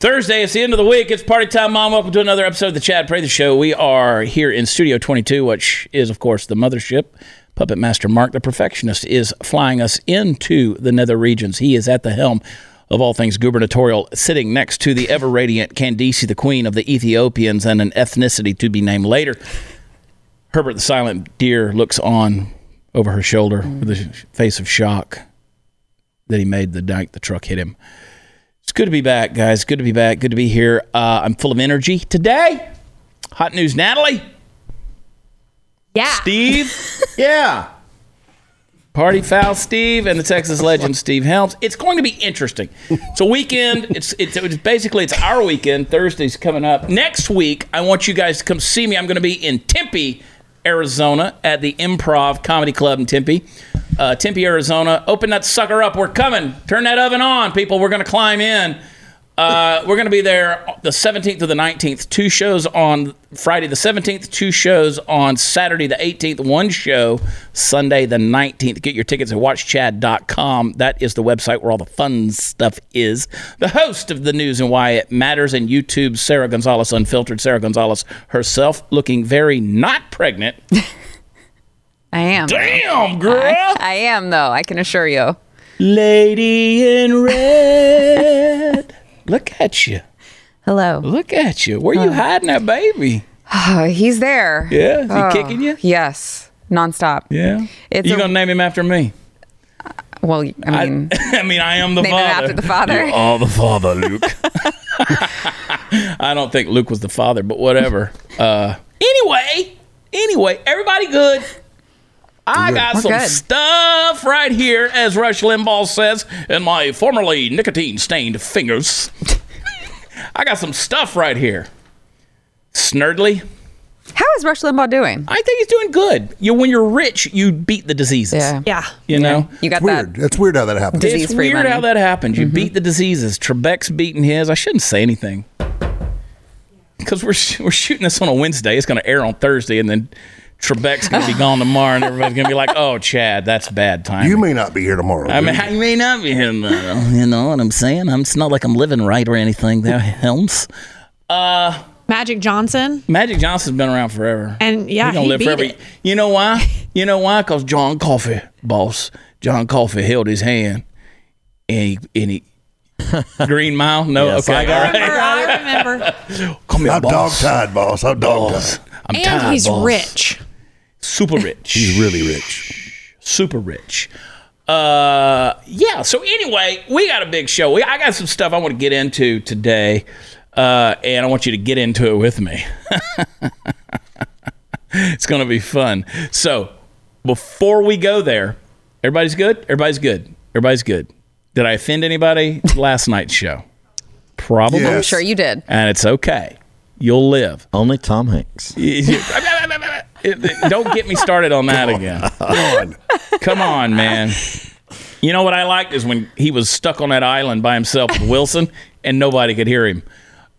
Thursday, it's the end of the week. It's party time, Mom. Welcome to another episode of the Chad Pray the Show. We are here in Studio 22, which is, of course, the mothership. Puppet Master Mark, the perfectionist, is flying us into the nether regions. He is at the helm of all things gubernatorial, sitting next to the ever radiant Candice, the queen of the Ethiopians and an ethnicity to be named later. Herbert the silent deer looks on over her shoulder with a face of shock that he made the night the truck hit him. It's good to be back, guys. Good to be back. Good to be here. Uh, I'm full of energy today. Hot news, Natalie. Yeah. Steve. Yeah. Party foul Steve and the Texas legend Steve Helms. It's going to be interesting. It's a weekend. It's it's, it's basically it's our weekend. Thursday's coming up. Next week, I want you guys to come see me. I'm going to be in Tempe, Arizona, at the Improv Comedy Club in Tempe, uh, Tempe, Arizona. Open that sucker up. We're coming. Turn that oven on, people. We're going to climb in. Uh, we're going to be there the 17th to the 19th. Two shows on Friday the 17th, two shows on Saturday the 18th, one show Sunday the 19th. Get your tickets at watchchad.com. That is the website where all the fun stuff is. The host of the news and why it matters and YouTube's Sarah Gonzalez Unfiltered, Sarah Gonzalez herself looking very not pregnant. I am. Damn, girl. I, I am though. I can assure you. Lady in red. Look at you. Hello. Look at you. Where you hiding that baby? Oh, he's there. Yeah, is he Oh, kicking you? Yes, nonstop. Yeah. It's you a- gonna name him after me? Well, I mean, I mean, I am the Name him father. after the father? You are the father, Luke. I don't think Luke was the father, but whatever. Uh, anyway, anyway, everybody good. I got We're some good. stuff right here, as Rush Limbaugh says, in my formerly nicotine-stained fingers. I got some stuff right here. Snurdly. how is Rush Limbaugh doing? I think he's doing good. You, when you're rich, you beat the diseases. Yeah. Yeah. You know? You got Weird. that. That's weird how that happens. Did- It's Disease-free weird money. how that happens. You beat the diseases. Trebek's beating his. I shouldn't say anything because we're sh- we're shooting this on a Wednesday. It's going to air on Thursday, and then Trebek's going to be gone tomorrow, and everybody's going to be like, "Oh, Chad, that's bad timing." you may not be here tomorrow. I dude. mean, I may not be him. though. You know what I'm saying? I'm, it's not like I'm living right or anything. There, Helms. Magic Johnson. Magic Johnson's been around forever. And, yeah, He gonna he live beat forever. it. You know why? You know why? Because John Coffey, boss, John Coffey held his hand, and he, and he Green Mile. No, Yes, okay, I all right. Remember, I remember. Come here, I'm dog boss. tied, boss. I'm dog tied. I'm And tired, he's boss. rich. super rich, He's really rich. super rich. Uh, yeah. So anyway, we got a big show. We, I got some stuff I want to get into today, uh, and I want you to get into it with me. it's going to be fun. So, before we go there, everybody's good? Everybody's good. Everybody's good. Did I offend anybody last night's show? Probably. Yeah. I'm sure you did. And it's okay. You'll live. Only Tom Hanks. Don't get me started on that again. Come on. Come on, man. You know what I liked is when he was stuck on that island by himself with Wilson and nobody could hear him.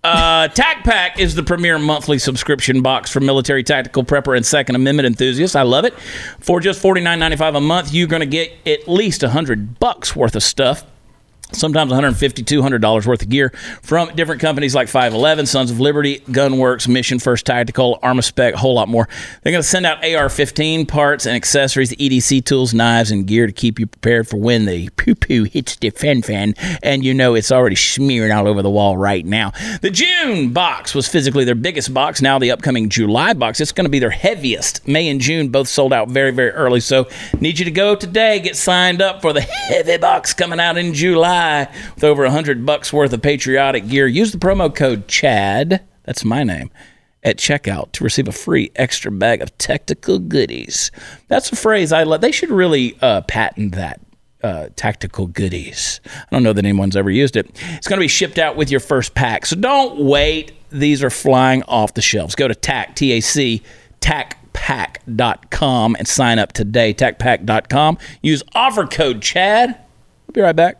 Uh, Tac Pack is the premier monthly subscription box for military tactical prepper and Second Amendment enthusiasts. I love it. For just $49.95 a month, you're going to get at least 100 bucks worth of stuff sometimes $150, $200 worth of gear from different companies like 511, Sons of Liberty, Gunworks, Mission First Tactical, Armaspec, a whole lot more. They're going to send out AR 15 parts and accessories, EDC tools, knives, and gear to keep you prepared for when the poo poo hits the fan fan. And you know it's already smearing all over the wall right now. The June box was physically their biggest box. Now the upcoming July box, it's going to be their heaviest. May and June both sold out very, very early. So need you to go today. Get signed up for the heavy box coming out in July with over 100 bucks worth of patriotic gear. Use the promo code CHAD, that's my name, at checkout to receive a free extra bag of tactical goodies. That's a phrase I love. They should really uh, patent that uh, tactical goodies. I don't know that anyone's ever used it. It's going to be shipped out with your first pack. So don't wait. These are flying off the shelves. Go to TAC, T A C, TACPAC.com and sign up today. TACPAC.com. Use offer code CHAD. We'll be right back.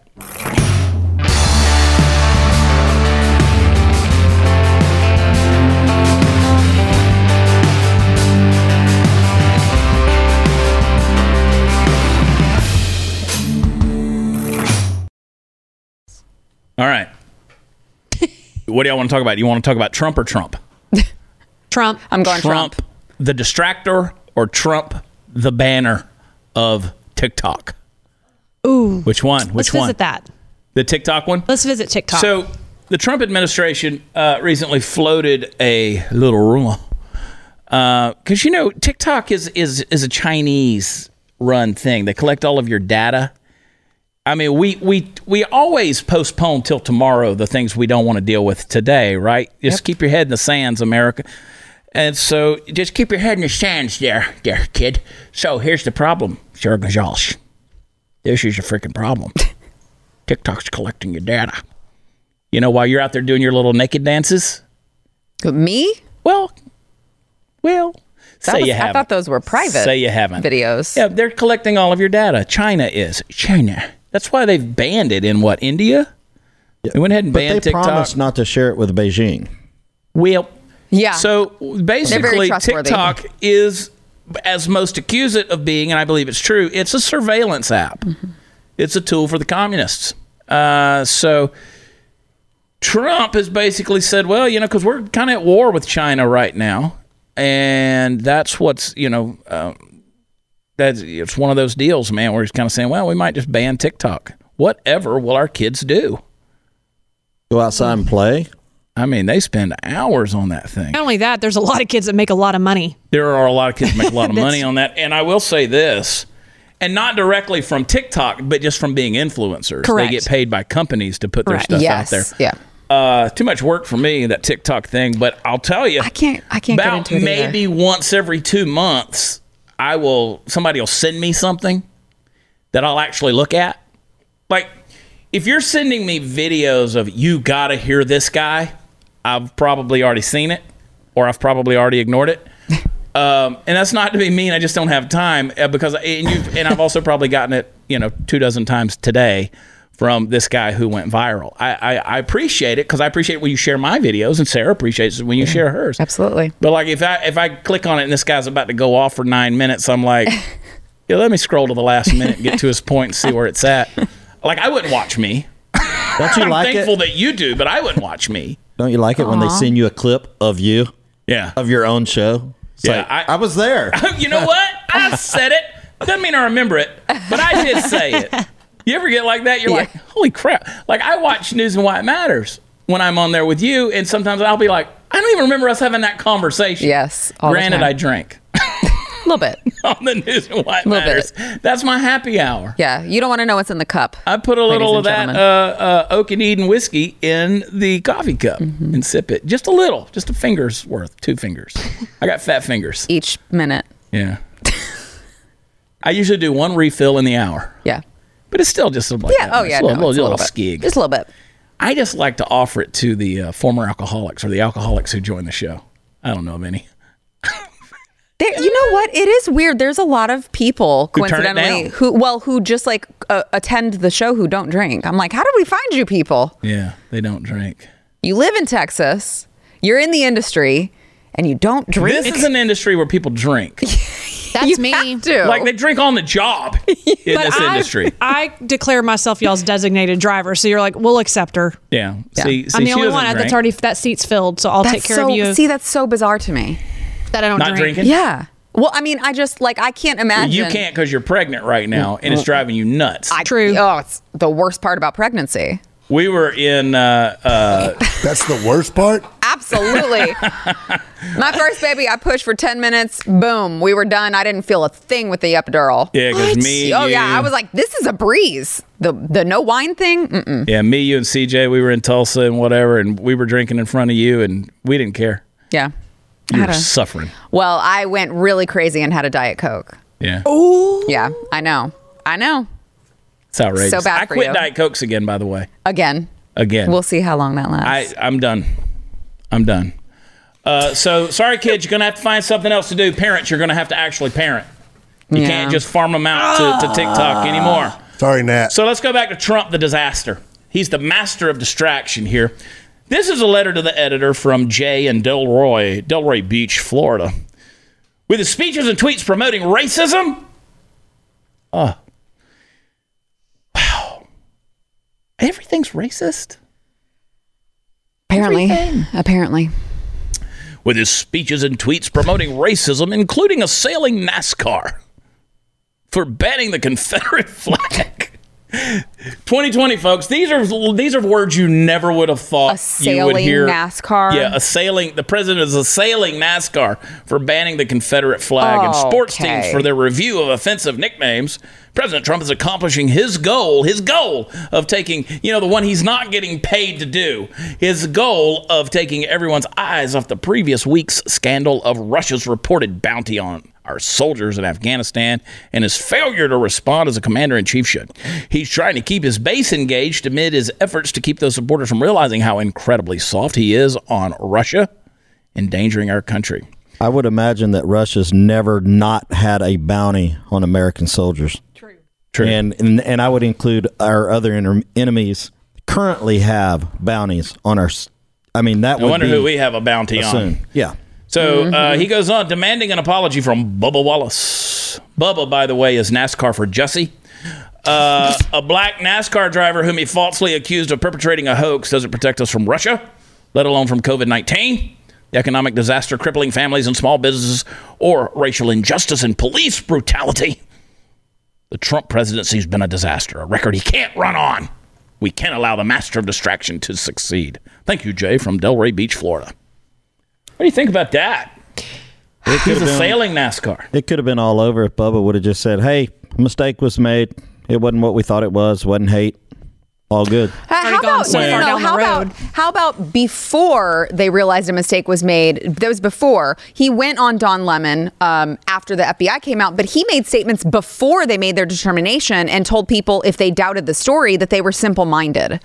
All right. what do y'all want to talk about? You want to talk about Trump or Trump? Trump. I'm going Trump. the distractor, or Trump, the banner of TikTok? Ooh. Which one? Which Let's one? visit that. The TikTok one? Let's visit TikTok. So the Trump administration uh, recently floated a little rumor because you know TikTok is is is a Chinese run thing. They collect all of your data. I mean, we we we always postpone till tomorrow the things we don't want to deal with today, right? Just keep your head in the sands, America. And so, just keep your head in the sands, there, there, kid. So here's the problem, Sarah Gonzalez. This is your freaking problem. TikTok's collecting your data. You know, while you're out there doing your little naked dances. Me? Well, well, That say was- you I haven't. thought those were private Say you haven't. videos. Yeah, they're collecting all of your data. China is China. That's why they've banned it in what India. They went ahead and But banned they TikTok. promised not to share it with Beijing. Well, Yeah. so basically, trustworthy. TikTok is, as most accuse it of being, and I believe it's true, it's a surveillance app. Mm-hmm. It's a tool for the communists. Uh, so Trump has basically said, well, you know, because we're kind of at war with China right now, and that's what's, you know, uh, that's it's one of those deals, man, where he's kind of saying, well, we might just ban TikTok. Whatever will our kids do? Go outside and play. I mean, they spend hours on that thing. not only that, there's a lot of kids that make a lot of money. There are a lot of kids that make a lot of That's- money on that. And I will say this, and not directly from TikTok, but just from being influencers. Correct. They get paid by companies to put their Correct. stuff yes. out there. Yeah. Uh, too much work for me, that TikTok thing. But I'll tell you, I can't. I can't get about into it either. maybe once every two months, I will, somebody will send me something that I'll actually look at. Like, if you're sending me videos of you gotta hear this guy, I've probably already seen it or I've probably already ignored it. Um, and that's not to be mean. I just don't have time uh, because and you have and I've also probably gotten it you know two dozen times today from this guy who went viral. I I, I appreciate it because I appreciate when you share my videos and Sarah appreciates it when you share hers. Absolutely. But like if I if I click on it and this guy's about to go off for nine minutes, I'm like, yeah, let me scroll to the last minute, and get to his point, and see where it's at. Like I wouldn't watch me. Don't you I'm like thankful it? that you do, but I wouldn't watch me. Don't you like it when they send you a clip of you Yeah. of your own show? It's Yeah, like, I- I, was there. you know what? I said it. Doesn't mean I remember it, but I did say it. You ever get like that? You're like, holy crap. Like, I watch News and Why It Matters when I'm on there with you, and sometimes I'll be like, I don't even remember us having that conversation. Yes. all the Granted, time. I drank a little bit. on the News and Why It Little Matters. That's my happy hour. Yeah. You don't want to know what's in the cup. I put a little and of that gentlemen. uh, uh, Oak and Eden whiskey in the coffee cup Mm-hmm. and sip it. Just a little, just a finger's worth, two fingers. I got fat fingers. Each minute. Yeah. I usually do one refill in the hour, Yeah. but it's still just like Yeah. that. Oh It's a yeah. little, no, it's little, a little bit. skig. Just a little bit. I just like to offer it to the uh, former alcoholics or the alcoholics who join the show. I don't know of any. There, you know what? It is weird. There's a lot of people Who turn it coincidentally down. who, well, who just like uh, attend the show who don't drink. I'm like, how did we find you people? Yeah, they don't drink. You live in Texas. You're in the industry, and you don't drink. This is an industry where people drink. That's you me. have to. Like they drink on the job in this I, industry. I declare myself y'all's designated driver, so you're like, we'll accept her. Yeah. Yeah. See, see I'm the she only doesn't one drink. that's already that seat's filled, so I'll that's take care so, of you. See, that's so bizarre to me. that I don't not drink. drinking. Yeah. Well, I mean, I just like I can't imagine. You can't because you're pregnant right now, and it's driving you nuts. I, True. Oh, it's the worst part about pregnancy. we were in uh, That's the worst part. Absolutely. My first baby, I pushed for 10 minutes. Boom. We were done. I didn't feel a thing with the epidural. Yeah, 'cause What? me, Oh, you- yeah. I was like, this is a breeze. The the no wine thing. Mm-mm. Yeah, me, you, and CJ, we were in Tulsa and whatever, and we were drinking in front of you, and we didn't care. Yeah. You Had were a- suffering. Well, I went really crazy and had a Diet Coke. Yeah, Yeah, I know. I know. it's outrageous. so bad I for quit you. Diet Cokes again, by the way. Again, Again, we'll see how long that I, lasts. I'm done. I'm done. Uh, so sorry, kids, you're gonna have to find something else to do. Parents, you're gonna have to actually parent. You Yeah. can't just farm them out to, to TikTok anymore. Sorry, Nat. So let's go back to Trump the disaster. He's the master of distraction here. This is a letter to the editor from Jay in Delroy, Delroy Beach, Florida. With his speeches and tweets promoting racism? Uh, Oh. Wow. Everything's racist? Apparently. Apparently. with his speeches and tweets promoting racism, including assailing NASCAR for banning the Confederate flag. 2020, folks. These are these are words you never would have thought you would Assailing hear. NASCAR. Yeah, assailing. The president is assailing NASCAR for banning the Confederate flag and sports teams Okay. for their review of offensive nicknames. President Trump is accomplishing his goal, his goal of taking, you know, the one he's not getting paid to do, his goal of taking everyone's eyes off the previous week's scandal of Russia's reported bounty on our soldiers in Afghanistan and his failure to respond as a commander in chief should. He's trying to keep his base engaged amid his efforts to keep those supporters from realizing how incredibly soft he is on Russia, endangering our country. I would imagine that Russia's never not had a bounty on American soldiers. True. And, and and I would include our other inter- enemies currently have bounties on our. s- I mean, that I would wonder be who we have a bounty on. soon. Yeah. So uh, he goes on demanding an apology from Bubba Wallace. Bubba, by the way, is NASCAR for Jussie. Uh, a black NASCAR driver whom he falsely accused of perpetrating a hoax doesn't protect us from Russia, let alone from COVID 19, the economic disaster crippling families and small businesses, or racial injustice and police brutality. The Trump presidency has been a disaster, a record he can't run on. We can't allow the master of distraction to succeed. Thank you, Jay, from Delray Beach, Florida. What do you think about that? He's been- assailing NASCAR. It could have been all over if Bubba would have just said, "Hey, a mistake was made. It wasn't what we thought it was. wasn't hate. All good." Uh, Already how gone about so no, no, far no, down the how road. about how about before they realized a mistake was made? That was before he went on Don Lemon um, after the FBI came out, but he made statements before they made their determination and told people if they doubted the story that they were simple-minded.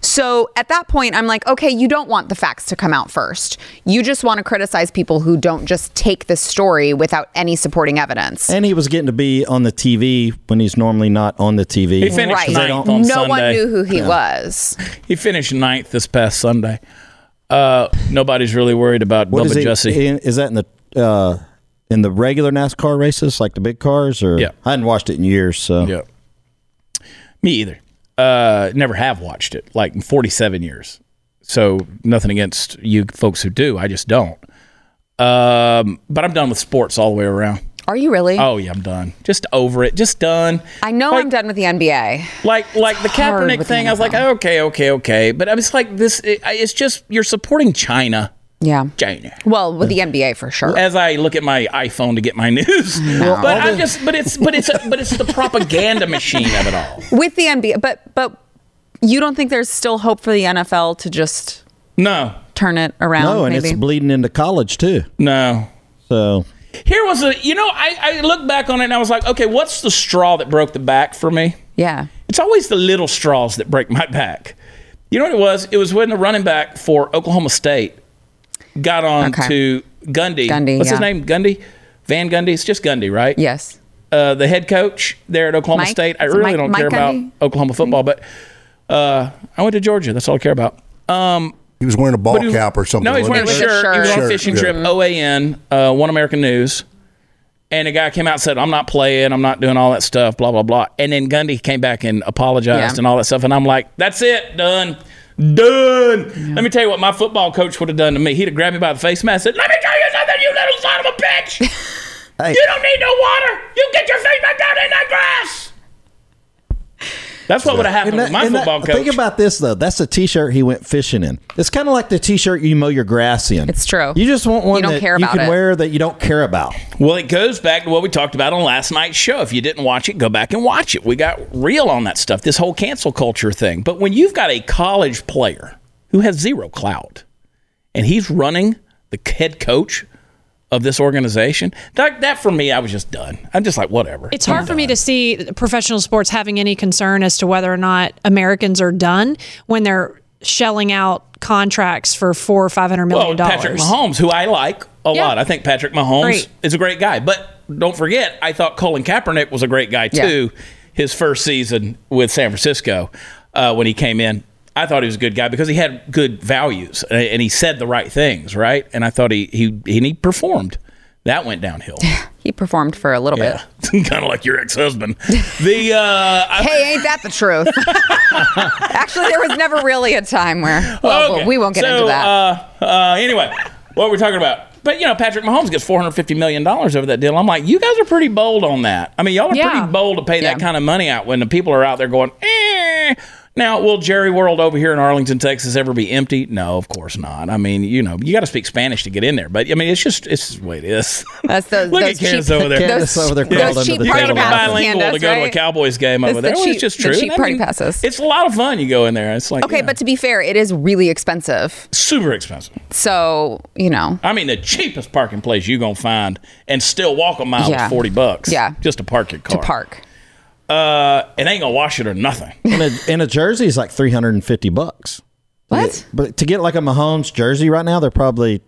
So at that point, I'm like, okay, you don't want the facts to come out first. You just want to criticize people who don't just take this story without any supporting evidence. And he was getting to be on the TV when he's normally not on the TV. He finished right? ninth no on one Sunday. knew who he was. He finished ninth this past Sunday. Uh, nobody's really worried about What Bubba is it- Jussie. in- is that in the uh, in the regular NASCAR races, like the big cars, or Yeah. I hadn't watched it in years, so yeah. Me either. Uh, never have watched it, like in 47 years. So nothing against you folks who do. I just don't. Um, but I'm done with sports all the way around. Are you really? Oh, yeah, I'm done. Just over it. Just done. I know Like- I'm done with the NBA. Like like the hard Kaepernick with the thing, I was like, okay, okay, okay. But I was like, this. It, I- it's just you're supporting China, Yeah. China. Well, with the NBA for sure. As I look at my iPhone to get my news, but I'm just, but it's, but it's, but it's the propaganda machine of it all. With the NBA, but but you don't think there's still hope for the NFL to just No, turn it around? no, and maybe? it's bleeding into college too. no. So Here was a, you know, I, I look back on it and I was like, okay, what's the straw that broke the back for me? yeah. It's always the little straws that break my back. You know what it was? It was when the running back for Oklahoma State got on Okay. to Gundy. Gundy, What's his yeah. name? Gundy? Van Gundy? It's just Gundy, right? Yes. Uh, the head coach there at Oklahoma Mike? State. I Is it really Mike- don't Mike care Gundy? about Oklahoma football, but uh, I went to Georgia. That's all I care about. Um, He was wearing a ball but he was- cap or something. No, he's wearing wasn't a It was shirt. a He was on a shirt. fishing Shirt, trip. yeah. OAN, uh, One American News. And a guy came out and said, I'm not playing. I'm not doing all that stuff, blah, blah, blah. And then Gundy came back and apologized Yeah. and all that stuff. And I'm like, that's it. Done. Done. Let me tell you what my football coach would have done to me. He'd have grabbed me by the face mask and said, Let me tell you something, you little son of a bitch. hey, You don't need no water. You get your feet back down in that grass. That's what would have happened and with that- my and that- football coach. Think about this though. That's the T-shirt he went fishing in. It's kind of like the T-shirt you mow your grass in. It's true. You just want You one don't that care you about can it. wear that you don't care about. Well, it goes back to what we talked about on last night's show. If you didn't watch it, go back and watch it. We got real on that stuff, this whole cancel culture thing. But when you've got a college player who has zero clout and he's running the head coach of this organization, that, that for me, I was just done. I'm just like, whatever. It's hard for me to see professional sports having any concern as to whether or not Americans are done when they're shelling out contracts for four or five hundred Well, million Patrick dollars. Mahomes, who I like a Yeah. lot. I think Patrick Mahomes Great. is a great guy. But don't forget, I thought Colin Kaepernick was a great guy Yeah. too. His first season with San Francisco uh, when he came in, I thought he was a good guy because he had good values a- and he said the right things, right? And I thought he he and he performed. That went downhill. He performed for a little bit. kind of like your ex-husband. The uh, I- Hey, ain't that the truth? Actually, there was never really a time where. Well, Okay. we won't get So, into that. Uh, uh, anyway, what we're talking about. But you know, Patrick Mahomes gets four hundred fifty million dollars over that deal. I'm like, you guys are pretty bold on that. I mean, y'all are Yeah. pretty bold to pay that Yeah. kind of money out when the people are out there going, eh. Now, will Jerry World over here in Arlington, Texas, ever be empty? No, of course not. I mean, you know, you got to speak Spanish to get in there. But I mean, it's just it's just the way it is. That's those, Look those at Candace cheap, over there. Candace Uh, those, over there crawled those under cheap the You got party to table. be passes, bilingual Candace, to go to a right? Cowboys game It's over there. the Well, cheap- it's just the true. cheap I party mean, passes. It's a lot of fun. You go in there. It's like Okay, you know, but to be fair, it is really expensive. super expensive. So you know, I mean, the cheapest parking place you're gonna find, and still walk a mile Yeah. is forty bucks. Yeah. just to park your to car. park. Uh, it ain't gonna wash it or nothing. And a, and a jersey is like 350 bucks. What? But to get like a Mahomes jersey right now, they're probably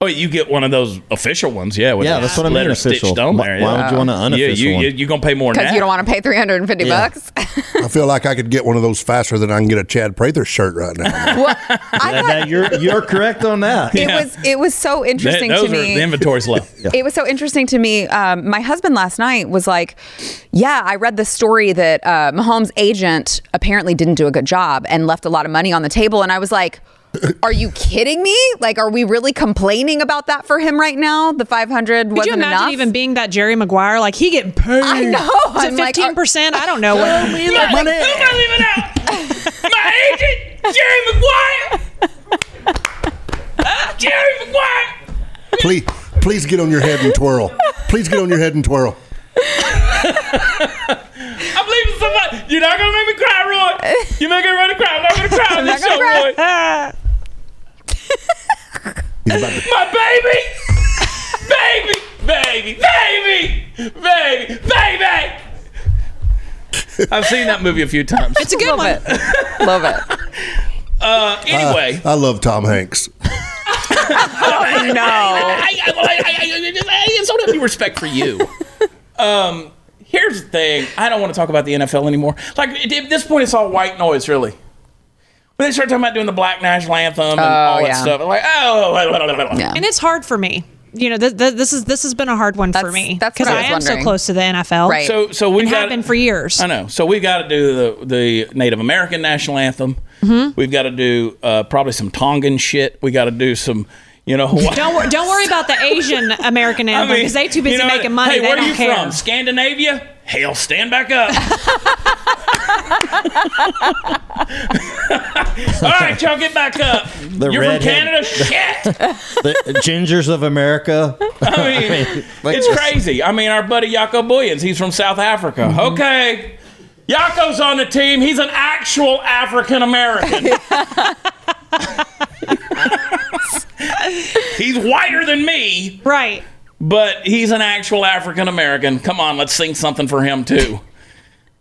oh, you get one of those official ones, yeah. With Yeah, the that's what I mean, letter official. stitched on Why- there. why would you want an unofficial Yeah, you, one? you, you're gonna pay more than Because that. you don't want to pay 350 Yeah. bucks. I feel like I could get one of those faster than I can get a Chad Prather shirt right now. well, I Now, thought you're you're correct on that. it was it was so Th- interesting those to are me. the inventory's low. It was so interesting to me. Um, my husband last night was like, "Yeah, I read the story that uh, Mahomes' agent apparently didn't do a good job and left a lot of money on the table." And I was like, "Are you kidding me? Like, are we really complaining about that for him right now? The five hundred Could you wasn't imagine enough." even being that Jerry Maguire? Like he getting paid. I know. I'm To like, uh, fifteen percent. I don't know what. Like, who am I leaving out? My agent, Jerry Maguire. Jerry Maguire. please, please get on your head and twirl. Please get on your head and twirl. I'm leaving somebody. You're not gonna make me cry, Roy. You're not gonna run a cry. I'm not gonna cry on not this gonna show, cry. Roy. He's about to, My baby! baby! Baby! Baby! Baby! Baby! I've seen that movie a few times. It's a good one. uh, Love it. Love it. Uh, anyway. I love Tom Hanks. I, I, well, I, I, I, I, I so have any respect for you. Um, here's the thing: I don't want to talk about the NFL anymore. Like at at this point, it's all white noise, really. When they start talking about doing the Black National Anthem and all that Oh, yeah. stuff, I'm like, oh, blah, blah, blah, blah. Yeah. And it's hard for me. You know, th- th- this is this has been a hard one for That's- me that's what I I, was am so wondering. close to the NFL. Right. So, so we've It got have been for years. I know. So we've got to do the the Native American national anthem. Mm-hmm. We've got to do uh, probably some Tongan shit. We got to do some, you know. Hawaii. Don't wor- don't worry about the Asian American I anthem mean, because they too busy you know, making money. Hey, they where don't are you care. from? Scandinavia? Hell, stand back up. All right, y'all get back up. The You're redhead- from Canada? Shit. the gingers of America. I mean, like- it's crazy. I mean, our buddy Yako Bullions, he's from South Africa. Mm-hmm. Okay. Yako's on the team. He's an actual African American. he's whiter than me, Right. but he's an actual African American. Come on, let's sing something for him too.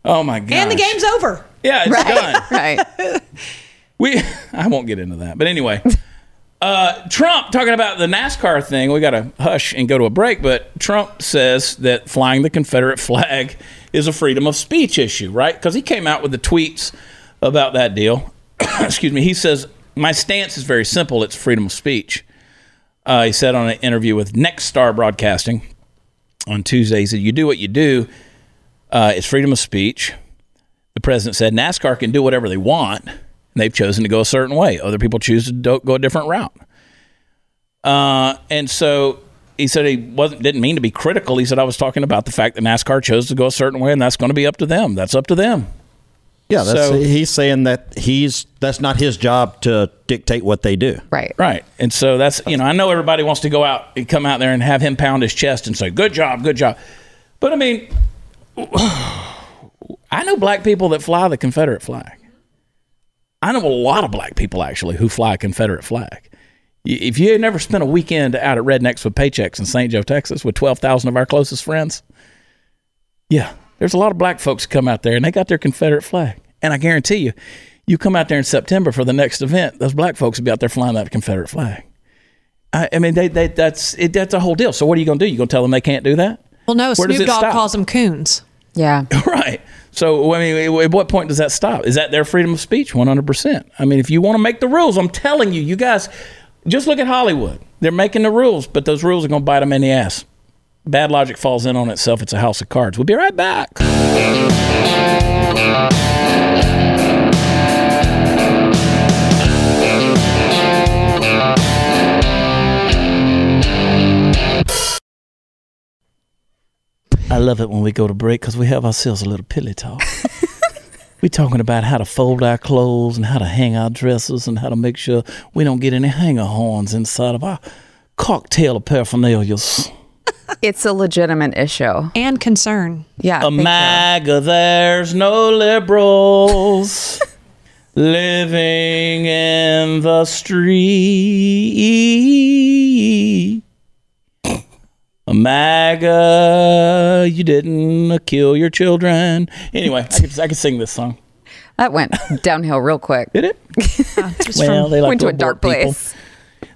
Oh my god. And the game's over. Yeah, it's done. right. We I won't get into that. But anyway, uh, Trump talking about the NASCAR thing. We got to hush and go to a break. But Trump says that flying the Confederate flag is a freedom of speech issue, right? Because he came out with the tweets about that deal. Excuse me. He says my stance is very simple. It's freedom of speech. Uh, he said on an interview with Next Star Broadcasting on Tuesday, he said, "You do what you do. Uh, it's freedom of speech." the president said NASCAR can do whatever they want, and they've chosen to go a certain way. Other people choose to do- go a different route. Uh, and so he said he wasn't didn't mean to be critical. He said I was talking about the fact that NASCAR chose to go a certain way, and that's going to be up to them. That's up to them. Yeah, that's, So- he's saying that he's that's not his job to dictate what they do. Right. Right. And so that's, you know, I know everybody wants to go out and come out there and have him pound his chest and say, good job, good job. But I mean, I know black people that fly the Confederate flag. I know a lot of black people actually who fly a Confederate flag. Y- If you had never spent a weekend out at Rednecks with Paychecks in St. Joe, Texas, with 12,000 of our closest friends, yeah, there's a lot of black folks come out there and they got their Confederate flag. And I guarantee you, you come out there in September for the next event, those black folks will be out there flying that Confederate flag. I, I mean, they, they, that's it, that's a whole deal. So what are you going to do? You going to tell them they can't do that? Well, no. Where does Snoop it Dogg stop? calls them coons. Yeah. Right. So I mean, at what point does that stop? Is that their freedom of speech? One hundred percent. I mean, if you want to make the rules, I'm telling you, you guys, just look at Hollywood. They're making the rules, but those rules are going to bite them in the ass. Bad logic falls in on itself. It's a house of cards. We'll be right back. I love it when we go to break because we have ourselves a little pilly talk. we talking about how to fold our clothes and how to hang our dresses and how to make sure we don't get any hanger horns inside of our cocktail paraphernalias. It's a legitimate issue. and concern. Yeah. I A think so. MAGA, there's no liberals living in the street. A MAGA, you didn't kill your children. Anyway, I could, I could sing this song. That went downhill real quick. Did it? Uh, Just Well, from- they like went to to a dark abort people. place.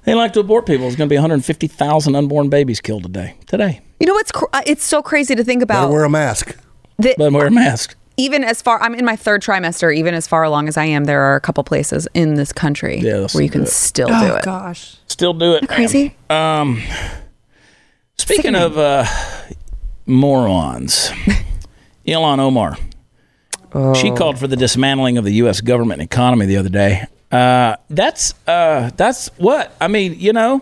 They like to abort people. There's going to be 150,000 unborn babies killed today. Today. You know what's cr- uh, it's so crazy to think Better about. wear a mask. that But wear a mask. even as far I'm in my third trimester, even as far along as I am, there are a couple places in this country Yeah, that's where you so can good. still do oh it. gosh. Still do it. Crazy. Um, speaking of uh, morons, Elon Omar. She called for the dismantling of the U.S. government and economy the other day. Uh, that's uh, that's what I mean. You know,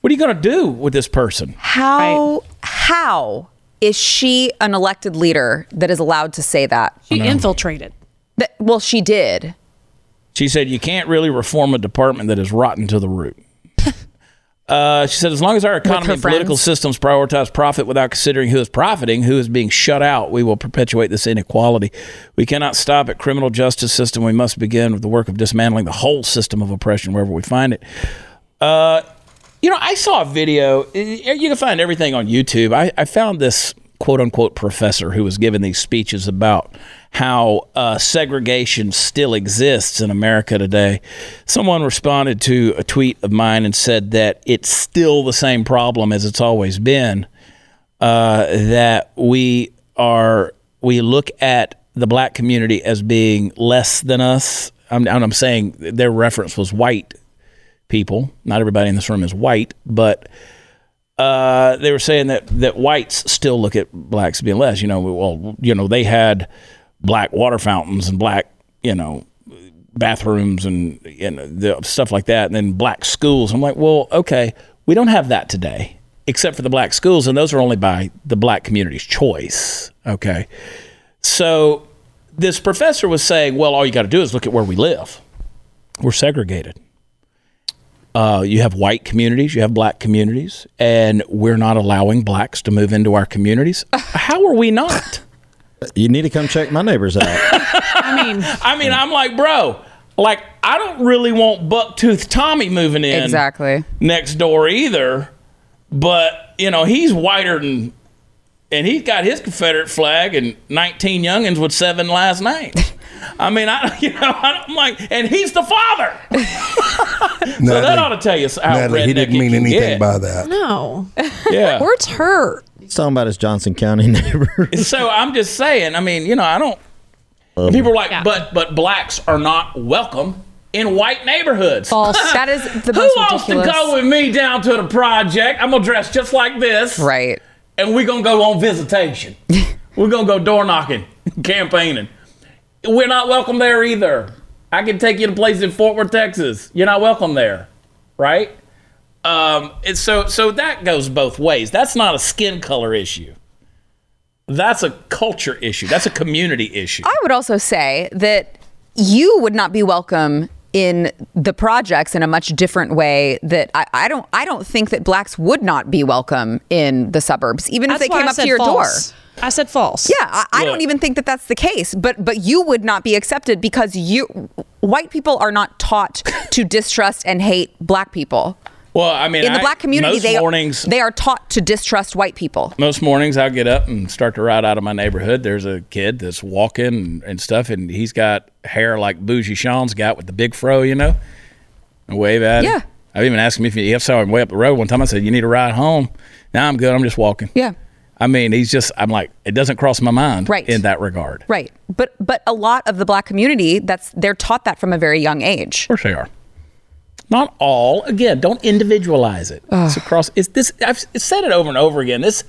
what are you going to do with this person? How how is she an elected leader that is allowed to say that? She infiltrated. that well, she did. She said, You can't really reform a department that is rotten to the root. uh, she said, As long as our economy her and political friends. systems prioritize profit without considering who is profiting, who is being shut out, we will perpetuate this inequality. We cannot stop at criminal justice system. We must begin with the work of dismantling the whole system of oppression wherever we find it. Uh, you know, I saw a video. eh, You can find everything on YouTube. I, I found this quote unquote professor who was giving these speeches about how uh, segregation still exists in America today. Someone responded to a tweet of mine and said that it's still the same problem as it's always been uh, that we are we look at the black community as being less than us. I'm, and I'm saying their reference was white people. Not everybody in this room is white, but uh, they were saying that that whites still look at blacks being less. You know, well, you know, they had black water fountains and black, you know, bathrooms and you know, the, stuff like that, and then black schools. I'm like, well, okay, we don't have that today, except for the black schools, and those are only by the black community's choice. Okay, so this professor was saying, well, all you got to do is look at where we live. We're segregated. Uh, you have white communities, you have black communities, and we're not allowing blacks to move into our communities. How are we not? You need to come check my neighbors out. I mean, I mean, I'm like, bro, like I don't really want Bucktooth Tommy moving in Exactly. next door either. But you know, he's whiter than, and he's got his Confederate flag and 19 youngins with seven last names. I mean, I you know, I'm like, and he's the father. Natalie, So that ought to tell you how Natalie, he redneck didn't it mean can anything get. by that. no. Yeah. Words hurt. He's talking about his Johnson County neighbor. so I'm just saying. I mean, you know, I don't. people are like, but but blacks are not welcome in white neighborhoods. False. That is the Who most wants ridiculous. to go with me down to the project? I'm gonna dress just like this, Right. and we're gonna go on visitation. we're gonna go door knocking, campaigning. We're not welcome there either. I can take you to places in Fort Worth, Texas. You're not welcome there, right? Um, and so so that goes both ways. That's not a skin color issue. That's a culture issue. That's a community issue. I would also say that you would not be welcome in the projects in a much different way that I, I don't I don't think that blacks would not be welcome in the suburbs, even if That's they why came I up to said your false. door. I said false. Yeah, I, I don't Look. even think that that's the case. But but you would not be accepted because you white people are not taught to distrust and hate black people. well, I mean, In the I- black community, most they mornings, they are taught to distrust white people. most mornings I'll get up and start to ride out of my neighborhood. There's a kid that's walking and, and stuff, and he's got hair like Bougie Sean's got with the big fro, you know. And wave at him. Yeah. I've even asked him if he I saw him way up the road one time. I said, "You need a ride home." Now I'm good. I'm just walking. Yeah. I mean, he's just. I'm like, it doesn't cross my mind. Right. In that regard. Of Right. But but a lot of the black community that's they're taught that from a very young age. course they are. Not all. Again, don't individualize it. It's across. It's this. I've said it over and over again. This,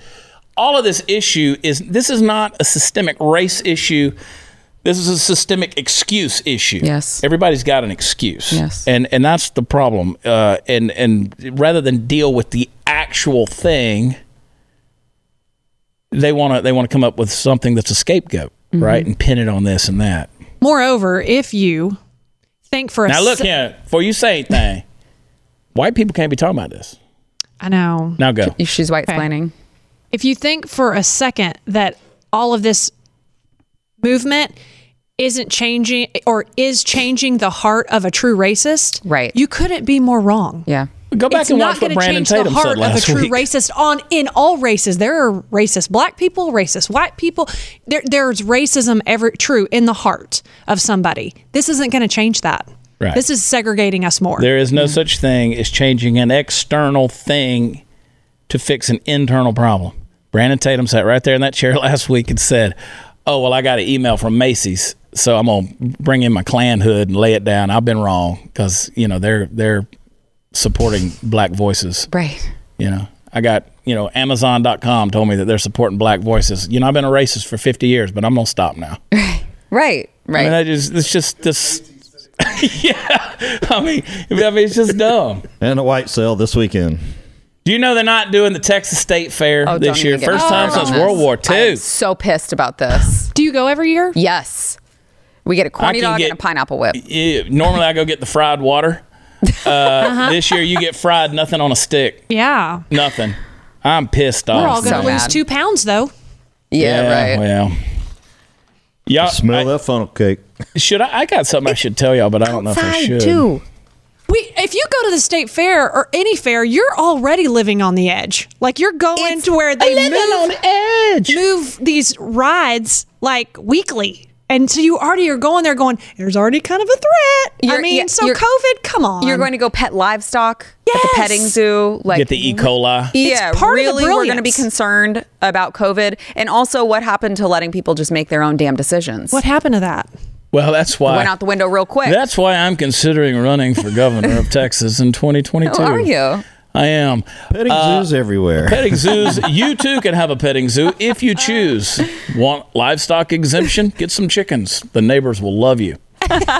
all of this issue is. This is not a systemic race issue. This is a systemic excuse issue. Yes. Everybody's got an excuse. Yes. And and that's the problem. Uh, and and rather than deal with the actual thing, they want to they want to come up with something that's a scapegoat, right? Mm-hmm. And pin it on this and that. Moreover, if you think for a Now look se- here, before you say anything, white people can't be talking about this. I know. Now go. She's white planning. if you think for a second that all of this movement isn't changing or is changing the heart of a true racist, Right. you couldn't be more wrong. Yeah. Go back it's and not watch going what to Brandon change the Tatum heart said of a last true week. racist on in all races. There are racist black people, racist white people. There, there's racism ever true in the heart of somebody. This isn't going to change that. Right. This is segregating us more. There is no such thing as changing an external thing to fix an internal problem. Brandon Tatum sat right there in that chair last week and said, "Oh well, I got an email from Macy's, so I'm gonna bring in my Klan hood and lay it down. I've been wrong because you know they're they're supporting black voices. Right. You know, I got you know Amazon.com told me that they're supporting black voices. You know, I've been a racist for 50 years, but I'm gonna stop now. Right. Right. I mean, I just it's just this. yeah, I mean, I mean, it's just dumb. And a white sale this weekend. Do you know they're not doing the Texas State Fair Oh, don't this even year? get me First time started since on World this. War II. I'm so pissed about this. Do you go every year? Yes. We get a corny I can dog get- and a pineapple whip. Yeah, normally I go get the fried water. Uh, Uh-huh. This year you get fried nothing on a stick. Yeah. Nothing. I'm pissed off. We're all going Oh, so to lose mad. two pounds though. Yeah, right. Well, y'all, Smell I, that funnel cake. should I? I got something I should tell y'all, but I don't know if I should. too. We, if you go to the state fair or any fair, you're already living on the edge. Like you're going It's to where they living move, on Edge. move these rides like weekly. And so you already are going there going, there's already kind of a threat. I You're- mean, yeah, so you're- COVID, come on. You're going to go pet livestock at the Yes. petting zoo. Like Get the E. coli. yeah, It's part of the really, we're going to be brilliance. concerned about COVID and also what happened to letting people just make their own damn decisions. What happened to that? Well, that's why. Went out the window real quick. That's why I'm considering running for governor of Texas in 2022. Who Oh, are you? I am. Petting zoos everywhere. Petting zoos, you too can have a petting zoo if you choose. Want livestock exemption? Get some chickens. The neighbors will love you. but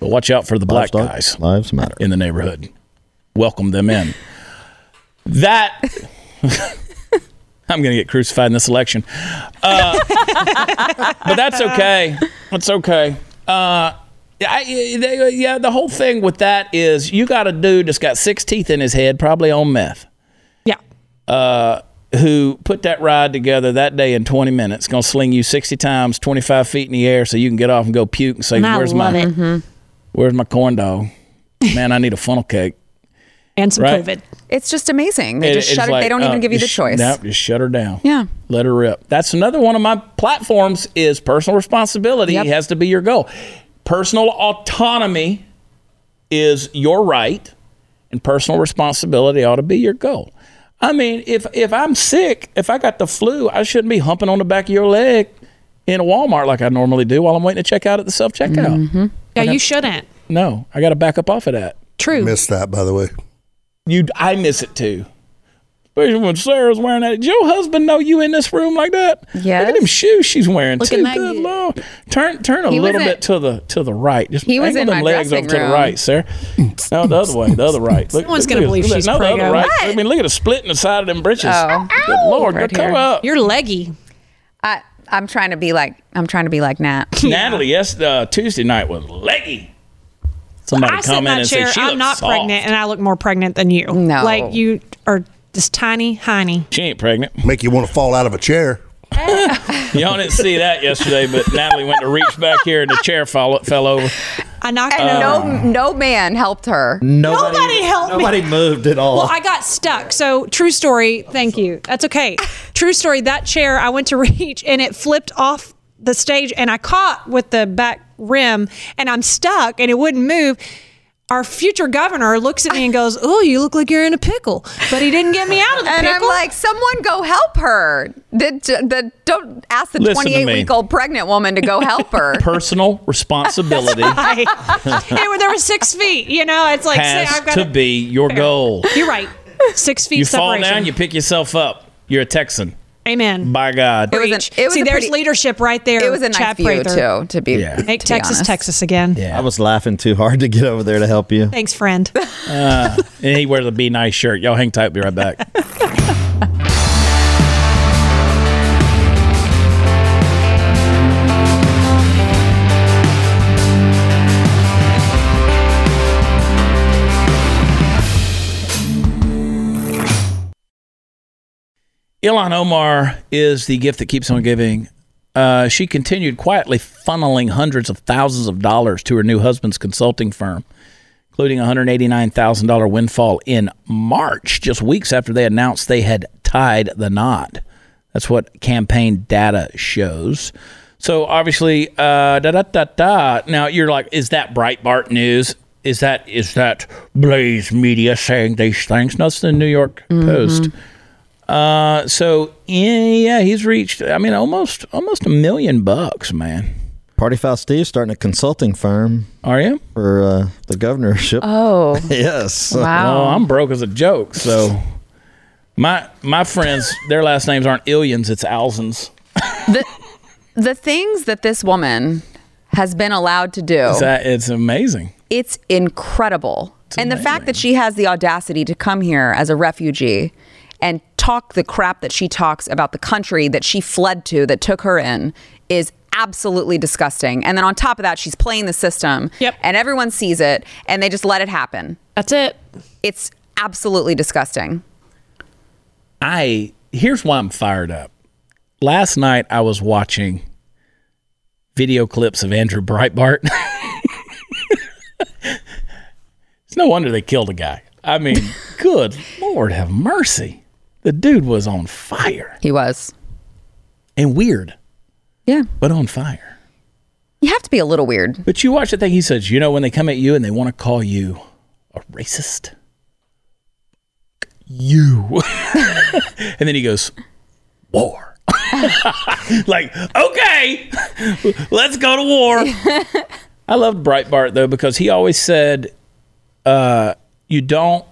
watch out for the black Livestock, guys Lives matter. in the neighborhood. Welcome them in. That I'm going to get crucified in this election, uh, but that's okay. That's okay. Uh, I, they, yeah, the whole thing with that is you got a dude that's got six teeth in his head, probably on meth uh, Yeah. who put that ride together that day in 20 minutes, going to sling you 60 times, 25 feet in the air, so you can get off and go puke and say, And I "Where's love my it. Mm-hmm. Where's my corn dog? Man, I need a funnel cake." And some Right. COVID. It's just amazing. They And just it's shut it. like, They don't uh, even give you the just- choice. Nope, just shut her down. Yeah. let her rip. That's another one of my platforms is personal responsibility Yep. has to be your goal. Personal autonomy is your right, and personal responsibility ought to be your goal. I mean, if if I'm sick, if I got the flu, I shouldn't be humping on the back of your leg in a Walmart like I normally do while I'm waiting to check out at the self checkout. Mm-hmm. Yeah, you shouldn't. No, I got to back up off of that. True. Missed that, by the way. You, I miss it too. Especially when Sarah's wearing that. Did your husband know you in this room like that? Look Yes. at them shoes she's wearing Look at too. my- Good lord. Turn turn a He was little in- bit to the to the right. Just He was angle in them my legs dressing over to the room. right, Sarah. No, the other way, the other right. Look, Someone's look at gonna this, believe look at she's this. no, the preggo. other right. I mean, look at the split in the side of them britches. Oh. Ow. Good lord, Right come here. up. You're leggy. I, I'm trying to be like I'm trying to be like Nat. Natalie, yes, uh, Tuesday night was leggy. Somebody I sit in come in my and chair. say she I'm looks not soft. pregnant, and I look more pregnant than you. No. Like you are just tiny, hiney. She ain't pregnant. Make you want to fall out of a chair. Y'all didn't see that yesterday, but Natalie went to reach back here and the chair fell, fell over. I knocked Uh, it No, over. Oh. no man helped her. Nobody, Nobody helped me. Nobody moved at all. Well, I got stuck. So true story. Thank you. That's okay. True story. That chair I went to reach and it flipped off the stage and I caught with the back rim and I'm stuck and it wouldn't move. our future governor looks at me and goes, "Oh, you look like you're in a pickle," but he didn't get me out of the And I'm pickle. like, someone go help her. The, the, don't ask the Listen to me. 28 week old pregnant woman to go help her. Personal responsibility They were- there were six feet. You know, it's like say, has I've got to be your goal. You're right. Six feet You fall separation. down, you pick yourself up. You're a Texan. Amen. By God. was an- Preach. it was See, a there's pretty- leadership right there. it was a nice Chad view, Prather. too, to be. Yeah. Make to be Texas, honest. Texas again. I was laughing too hard to get over there to help you. Thanks, friend. And he wears a Be Nice shirt. Y'all hang tight. Be right back. Ilan Omar is the gift that keeps on giving. Uh, she continued quietly funneling hundreds of thousands of dollars to her new husband's consulting firm including a $189,000 windfall in March, just weeks after they announced they had tied the knot. That's what campaign data shows. So obviously, uh, da da da da. Now you're like, is that Breitbart news? Is that is that Blaze Media saying these things? No, it's the New York Post. Uh, so yeah, he's reached. I mean, almost almost a million bucks, man. Party Foul Steve's starting a consulting firm Are you? for uh, the governorship. Oh, yes. Oh, wow. I'm broke as a joke. So my my friends, their last names aren't Illions, it's Alsons. the things that this woman has been allowed to do. It's, it's amazing. it's incredible. and the fact that she has the audacity to come here as a refugee and talk the crap that she talks about the country that she fled to that took her in is absolutely disgusting. And then on top of that, she's playing the system Yep. and everyone sees it and they just let it happen. That's it. It's absolutely disgusting. I here's why I'm fired up. Last night I was watching video clips of Andrew Breitbart. it's no wonder they killed a guy. I mean, good Lord have mercy. The dude was on fire He was. and weird, Yeah. but on fire. You have to be a little weird. But you watch the thing he says, you know, when they come at you and they want to call you a racist, you. and then he goes, war. like, okay, let's go to war. I loved Breitbart, though, because he always said, uh, you don't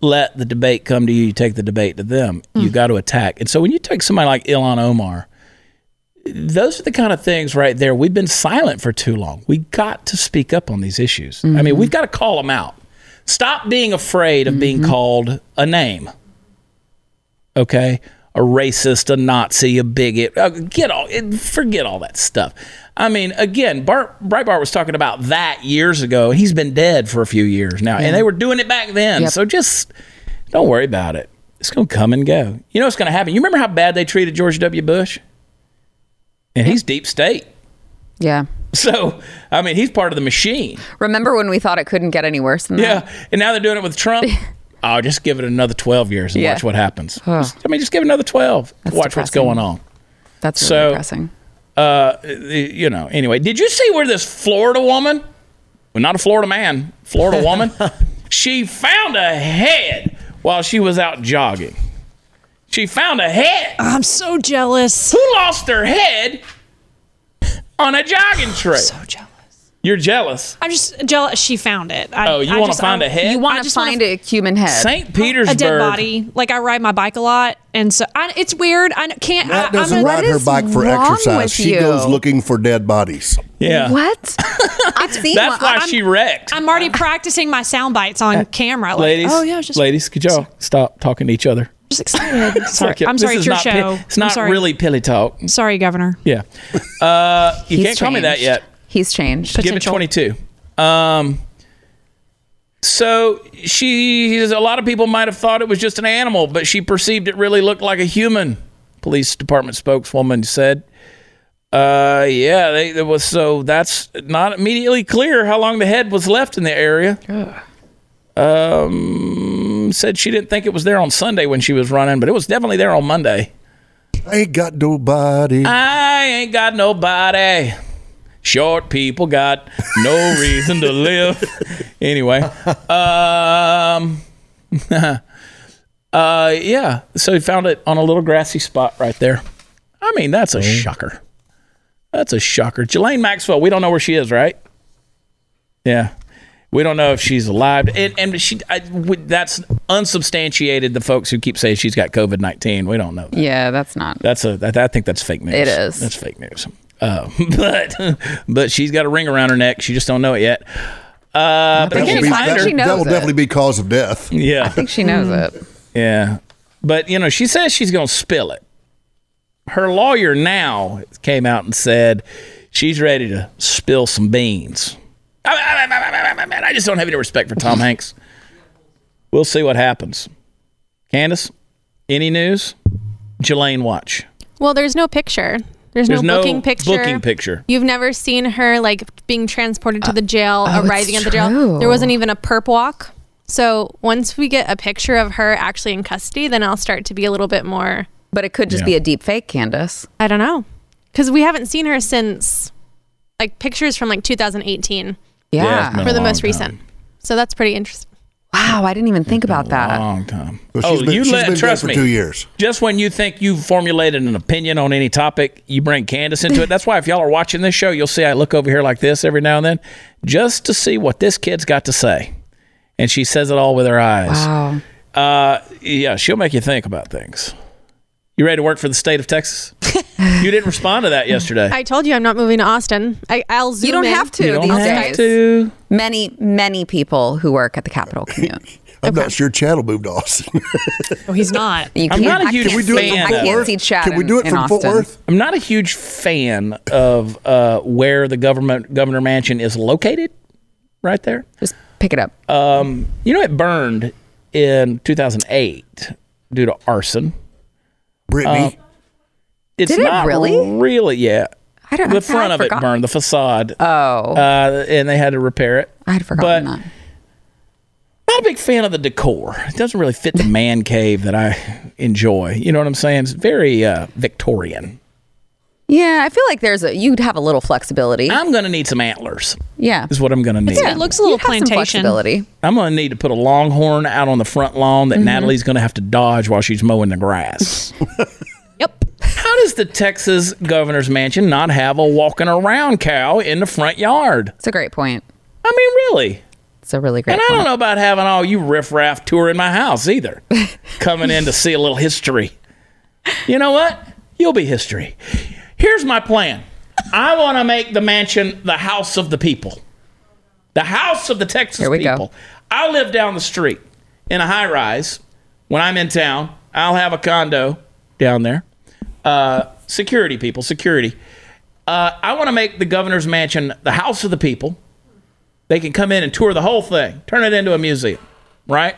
let the debate come to you, you take the debate to them. You got to attack. And so when you take somebody like Ilan Omar, those are the kind of things right there. We've been silent for too long. We got to speak up on these issues. I mean, we've got to call them out. Stop being afraid of being called a name. Okay? A racist, a Nazi, a bigot. Uh, Get all it- forget all that stuff. I mean, again, Bart, Breitbart was talking about that years ago. He's been dead for a few years now, and they were doing it back then. Yep. So just don't worry about it. It's going to come and go. You know what's going to happen. You remember how bad they treated George W. Bush? and he's deep state. Yeah. So, I mean, he's part of the machine. Uh-huh. Remember when we thought it couldn't get any worse than that? Yeah. And now they're doing it with Trump. Oh, just give it another 12 years and Yeah. watch what happens. Just- I mean, just give it another 12. watch what's depressing. going on. That's really So- depressing. Uh, you know, anyway, did you see where this Florida woman, well, not a Florida man, Florida woman, she found a head while she was out jogging? She found a head. I'm so jealous. Who lost her head on a jogging trip? So jealous. You're jealous. I'm just jealous she found it. I, Oh, you I want to just- find I- a head? You I want to just wanna- find a human head. St. Petersburg. A dead body. Like I ride my bike a lot, and so I, it's weird. I can't. I, Matt I'm doesn't a- ride her is bike for wrong exercise. with She you? goes looking for dead bodies. Yeah. What? I've seen That's one. why she wrecked. I'm already practicing my sound bites on camera. Like, Uh, ladies, oh yeah, I was just ladies, could y'all stop talking to each other? just excited. sorry, Fuck it. I'm This sorry. It's is your not show. pi- it's not I'm sorry. really pilly talk. sorry, Governor. Yeah. Uh, you He's can't call me that changed. yet. He's changed. Give it Potential. 22. Um, so she, a lot of people might have thought it was just an animal, but she perceived it really looked like a human. Police department spokeswoman said. Uh, yeah, they, it was so that's not immediately clear how long the head was left in the area. Um, said she didn't think it was there on Sunday when she was running, but it was definitely there on Monday. I ain't got nobody. I ain't got nobody. Short people got no reason to live. Anyway, um, uh, yeah. So he found it on a little grassy spot right there. I mean, that's a shocker. That's a shocker. Jelaine Maxwell. We don't know where she is, right? Yeah. We don't know if she's alive, and, and she I, we- that's unsubstantiated. The folks who keep saying she's got COVID nineteen, we don't know. That. Yeah, that's not. That's a. That, I think that's fake news. It is. That's fake news. Uh, but but she's got a ring around her neck. She just don't know it yet. Uh, but think if she's you fine. find that, her- She knows that will it. definitely be cause of death. yeah, I think she knows it. yeah. But you know, she says she's gonna spill it. Her lawyer now came out and said she's ready to spill some beans. I, I- I- I- I- I just don't have any respect for Tom Hanks. We'll see what happens. Candace, any news? Jelaine, watch. Well, there's no picture. There's, There's no, no booking picture. booking picture. You've never seen her like being transported to the jail, oh, arriving at it's the jail. true. There wasn't even a perp walk. So once we get a picture of her actually in custody, then I'll start to be a little bit more. But it could just Yeah. be a deep fake, Candace. I don't know, because we haven't seen her since like pictures from like 2018 Yeah. it's been a for the long most time. recent. So that's pretty interesting. Wow, I didn't even think about that. Long time. So oh, she's been- you she's let been dead trust for me. two years. Just when you think you've formulated an opinion on any topic, you bring Candace into it. That's why if y'all are watching this show, you'll see I look over here like this every now and then, just to see what this kid's got to say. And she says it all with her eyes. Wow. Uh, yeah, she'll make you think about things. You ready to work for the state of Texas? you didn't respond to that yesterday. I told you I'm not moving to Austin. I, I'll zoom. You don't in. have to you don't these have days. to. Many, many people who work at the Capitol commute. I'm not sure Chad will move to Austin. No, he's not. You I'm can't, not a huge I can't fan see- of I Fort can't Worth. see Chad. Can we in- do it in from Fort Austin. Worth? I'm not a huge fan of uh, where the government governor mansion is located. Right there. Just pick it up. Uh, You know, it burned in 2008 due to arson. Brittany, It's Did it not really? really yet. I don't. The I- front I of it forgot. burned, the facade, Oh, uh, and they had to repair it. I had forgotten but- that. Not a big fan of the decor. It doesn't really fit the man cave that I enjoy. You know what I'm saying? It's very uh, Victorian. Yeah, I feel like there's a. You'd have a little flexibility. I'm going to need some antlers. yeah. Is what I'm going to need. It looks a little You'd have some plantation. flexibility. I'm going to need to put a longhorn out on the front lawn that Natalie's going to have to dodge while she's mowing the grass. Yep. How does the Texas governor's mansion not have a walking around cow in the front yard? It's a great point. I mean, really? It's a really great. And I point. don't know about having all you riffraff touring my house either. Coming in to see a little history. You know what? You'll be history. Here's my plan I want to make the mansion the house of the people, the house of the Texas Here we go. people. I live down the street in a high rise. When I'm in town, I'll have a condo down there. Uh, security people, security. Uh, I want to make the governor's mansion the house of the people. They can come in and tour the whole thing, turn it into a museum, right?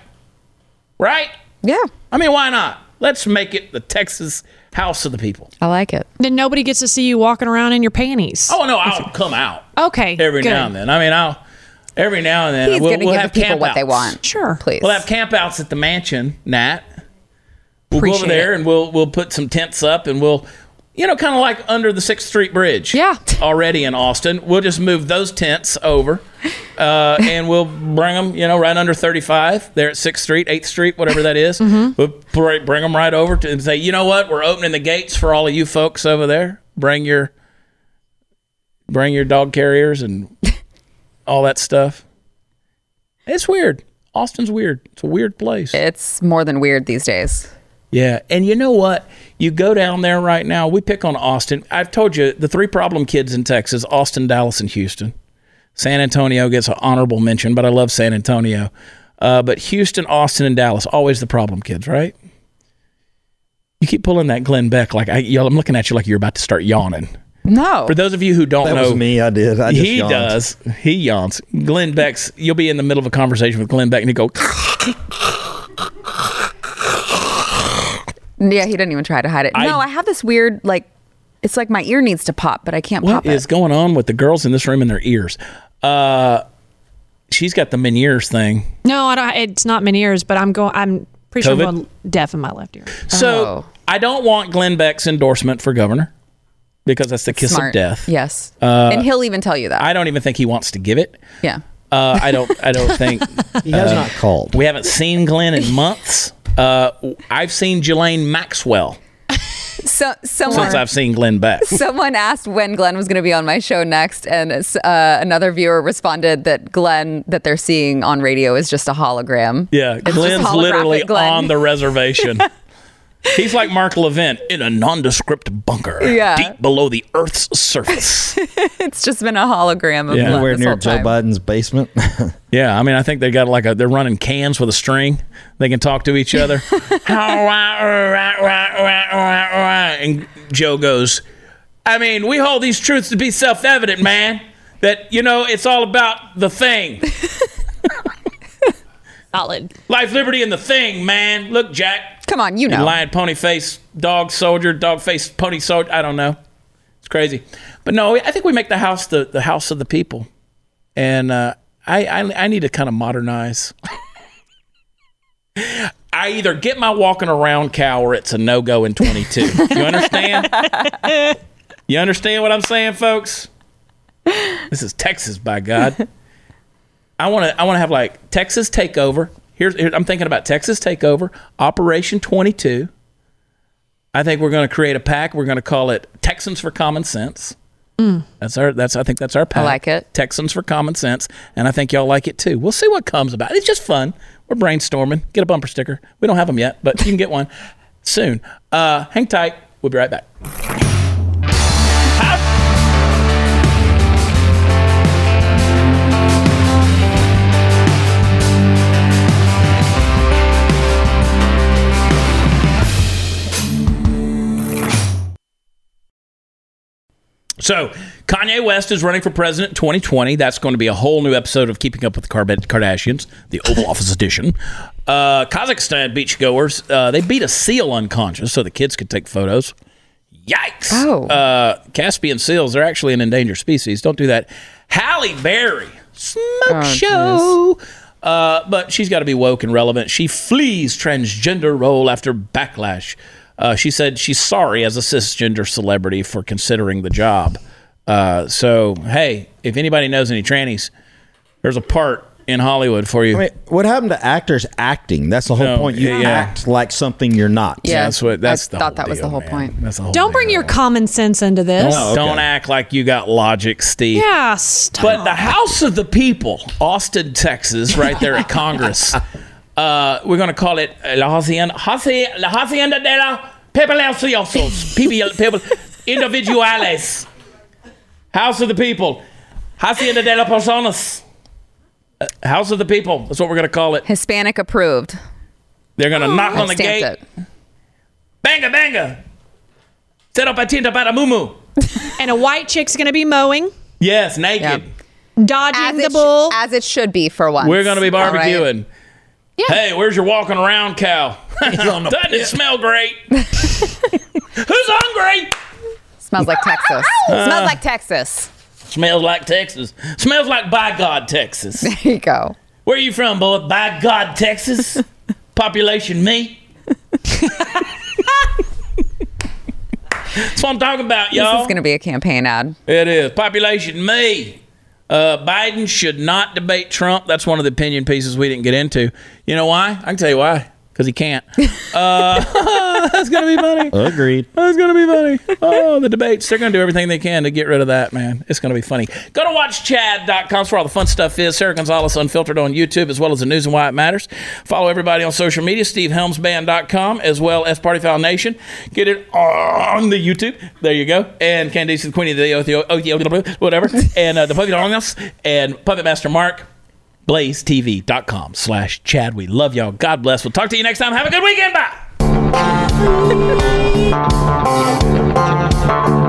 Right? Yeah, I mean, why not? Let's make it the Texas House of the People. I like it. Then nobody gets to see you walking around in your panties. Oh no, I'll come out okay. every good. now and then. I mean, I'll every now and then He's we'll, going to we'll give the have people camp what they outs. want. Sure. Please. We'll have camp outs at the mansion, Nat. We'll go Appreciate over there it. and we'll we'll put some tents up and we'll you know, kind of like under the Sixth Street Bridge. Yeah. Already in Austin. We'll just move those tents over uh, and we'll bring them, you know, right under 35 there at 6th Street, 8th Street, whatever that is. Mm-hmm. We'll br- bring them right over to, and say, you know what? We're opening the gates for all of you folks over there. Bring your, bring your dog carriers and all that stuff. It's weird. Austin's weird. It's a weird place. It's more than weird these days. Yeah, and you know what? You go down there right now. We pick on Austin. I've told you the three problem kids in Texas: Austin, Dallas, and Houston. San Antonio gets an honorable mention, but I love San Antonio. Uh, but Houston, Austin, and Dallas always the problem kids, right? You keep pulling that Glenn Beck like I, y'all, I'm looking at you like you're about to start yawning. No. For those of you who don't That know, was me. I did. I just he yawned. does. He yawns. Glenn Beck's. You'll be in the middle of a conversation with Glenn Beck, and he go. Yeah, he didn't even try to hide it. I- no, I have this weird like it's like my ear needs to pop, but I can't What pop is it. going on with the girls in this room and their ears? Uh, she's got the Meniere's thing. No, I don't. It's not Meniere's, but I'm going. I'm pretty sure COVID? I'm going deaf in my left ear. So Oh. I don't want Glenn Beck's endorsement for governor because that's the kiss Smart. of death. Uh, Yes. and he'll even tell you that. I don't even think he wants to give it. yeah. Uh, I don't. I don't think uh, He has not called. we haven't seen Glenn in months. Uh, I've seen Jelaine Maxwell So, someone, since I've seen Glenn back. someone asked when Glenn was going to be on my show next, and uh, another viewer responded that Glenn that they're seeing on radio is just a hologram. Yeah, It's just Glenn's holographic literally Glenn. on the reservation. He's like Mark Levin in a nondescript bunker Yeah. deep below the Earth's surface. It's just been a hologram of Yeah. Glenn Anywhere this near whole Joe time. Biden's basement. yeah, I mean, I think they got like a, they're running cans with a string. They can talk to each other. and Joe goes, I mean, we hold these truths to be self evident, man, that, you know, it's all about the thing. Solid. Life, liberty, and the thing, man. Look, Jack, Come on, you And know. lion pony face dog soldier dog face pony soldier i don't know it's crazy but no i think we make the house the, the house of the people and uh, I, I i need to kind of modernize i either get my walking around cow or it's a no-go in 22 you understand you understand what i'm saying folks this is texas by god I want to. I want to have like Texas takeover. Here's. Here, I'm thinking about Texas takeover, Operation 22. I think we're going to create a pack. We're going to call it Texans for Common Sense. That's our. That's. I think that's our pack. Mm. like it. Texans for Common Sense, and I think y'all like it too. We'll see what comes about. It's just fun. We're brainstorming. Get a bumper sticker. We don't have them yet, but you can get one soon. Uh, hang tight. We'll be right back. So, Kanye West is running for president 2020. That's going to be a whole new episode of Keeping Up with the Kar- Kardashians, the Oval Office edition. Uh, Kazakhstan beachgoers, uh, they beat a seal unconscious so the kids could take photos. Yikes. Oh. Uh, Caspian seals, they're actually an endangered species. Don't do that. Halle Berry, smoke Oh, show. Uh, but she's got to be woke and relevant. She flees transgender role after backlash. Uh, she said she's sorry as a cisgender celebrity for considering the job. Uh, so, hey, if anybody knows any trannies, there's a part in Hollywood for you. I mean, what happened to actors acting? That's the whole No, point. You yeah, yeah. act like something you're not. Yeah, that's what. That's I the thought whole that was the deal, whole man. point. That's the whole Don't bring deal. your common sense into this. No. Oh, okay. Don't act like you got logic, Steve. Yeah, stop. But the House of the People, Austin, Texas, right there at Congress. Uh, we're going to call it uh, La Hacienda, Haci- La Hacienda de la Peopleosos, people, people, individuales. House of the People, Hacienda de la Personas. Uh, House of the People, that's what we're going to call it. Hispanic approved. They're going to knock on the gate. Stamped it. Banga, banga. Cero patinta para mumu. and a white chick's going to be mowing, Yes, naked. Yeah. dodging As the it, sh- bull. as it should be for once. We're going to be all right? barbecuing. Hey, where's your walking around cow? Doesn't it smell great? Who's hungry? Smells like Texas. Smells like Texas. Smells like Texas. Smells like by God, Texas. There you go. Where you from, boy? By God, Texas. Population me. That's what I'm talking about, This y'all. is going to be a campaign ad. It is. Population me. Uh, Biden should not debate Trump. That's one of the opinion pieces we didn't get into. You know why? I can tell you why. Because he can't. Uh, that's going to be funny. Agreed. That's going to be funny. Oh, the debates. They're going to do everything they can to get rid of that, man. It's going to be funny. Go to watchchad.com for all the fun stuff is. Sarah Gonzalez Unfiltered on YouTube, as well as the news and why it matters. Follow everybody on social media, stevehelmsband.com, as well as Party Foul Nation. Get it on the YouTube. There you go. And Candice, the Queen of the Oath, the Oath, Oath, whatever. And uh, the Puppet on Us, and Puppet Master Mark. BlazeTV.com slash Chad. We love y'all. God bless. We'll talk to you next time. Have a good weekend. Bye.